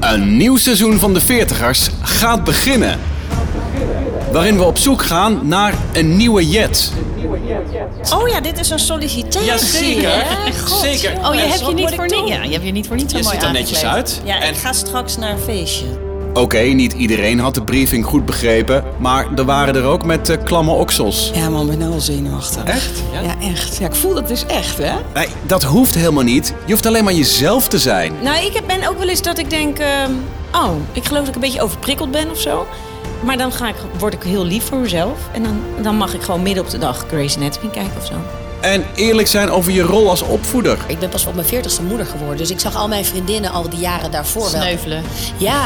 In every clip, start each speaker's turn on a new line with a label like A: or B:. A: Een nieuw seizoen van de 40ers gaat beginnen. Waarin we op zoek gaan naar een nieuwe Jet.
B: Oh ja, dit is een sollicitatie.
A: Jazeker.
B: hè? God,
A: Zeker.
B: jongens,
C: Oh, je hebt je
B: wat
C: niet
B: word ik
C: voor
B: toe?
C: niks. Ja, je hebt je niet voor niets zo
A: Je
C: mooi
A: ziet er netjes
C: aangekleed.
A: uit.
B: Ja,
A: En-
B: ik ga straks naar een feestje.
A: Oké, niet iedereen had de briefing goed begrepen, maar er waren er ook met eh, klamme oksels.
D: Ja, man, ik ben nou al zenuwachtig.
A: Echt?
D: Ja, echt. Ja, ik voel dat dus echt, hè?
A: Nee, dat hoeft helemaal niet. Je hoeft alleen maar jezelf te zijn.
B: Nou, ik heb- ben ook wel eens dat ik denk... ehm, oh, ik geloof dat ik een beetje overprikkeld ben of zo. Maar dan ga ik, word ik heel lief voor mezelf. En dan, dan mag ik gewoon midden op de dag Grey's Anatomy kijken of zo.
A: En eerlijk zijn over je rol als opvoeder.
E: Ik ben pas op mijn veertigste moeder geworden. Dus ik zag al mijn vriendinnen al die jaren daarvoor wel.
C: Sneuvelen.
E: Ja.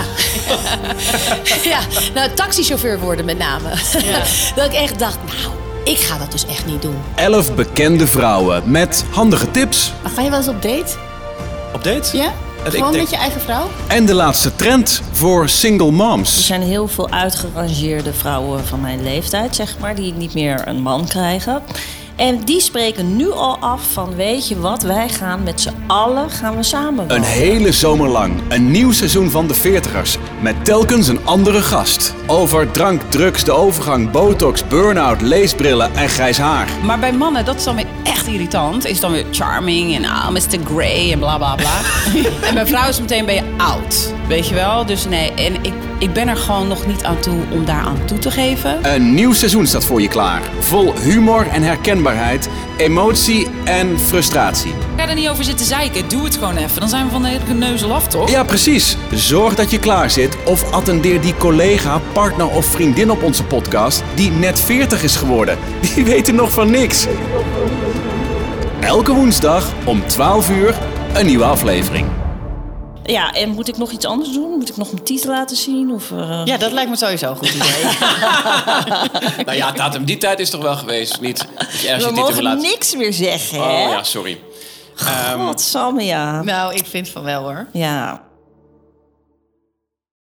E: ja. Nou, taxichauffeur worden met name. dat ik echt dacht, nou, ik ga dat dus echt niet doen.
A: Elf bekende vrouwen met handige tips.
F: Maar ga je wel eens op date?
A: Op date?
F: Ja?
A: ik
F: Gewoon
A: denk-
F: met je eigen vrouw?
A: En de laatste trend voor single
B: Er
A: moms.
B: zijn heel veel uitgerangeerde vrouwen van mijn leeftijd, zeg maar, die niet meer een man krijgen. En die spreken nu al af van, weet je wat, wij gaan met z'n allen gaan we samen
A: Een
B: wonen.
A: hele zomer lang. Een nieuw seizoen van de 40ers. Met telkens een andere gast. Over drank, drugs, de overgang, botox, burn-out, leesbrillen en grijs haar.
G: Maar bij mannen, dat is dan weer echt irritant. Is dan weer charming en ah, Mr. Grey en bla bla bla. en bij vrouwen is meteen ben je oud. Weet je wel? Dus nee, en ik, ik ben er gewoon nog niet aan toe om daar aan toe te geven.
A: Een nieuw seizoen staat voor je klaar. Vol humor en herkenbaarheid, emotie en frustratie.
H: Ga er niet over zitten zeiken. Doe het gewoon even. Dan zijn we van de hele neuzel af, toch?
A: Ja, precies. Zorg dat je klaar zit of attendeer die collega, partner of vriendin op onze podcast die net 40 is geworden. Die weten nog van niks. Elke woensdag om 12 uur een nieuwe aflevering.
B: Ja, en moet ik nog iets anders doen? Moet ik nog mijn titel laten zien? Of, eh,
C: Ja, dat lijkt me sowieso een goed idee.
I: Nou ja, datum die tijd is toch wel geweest. Niet dat je ergens
B: We
I: je titel
B: mogen
I: laat.
B: niks meer zeggen,
I: Oh
B: hè?
I: ja, um, sorry.
B: Wat samme, ja.
C: nou, ik vind van wel hoor.
B: Ja.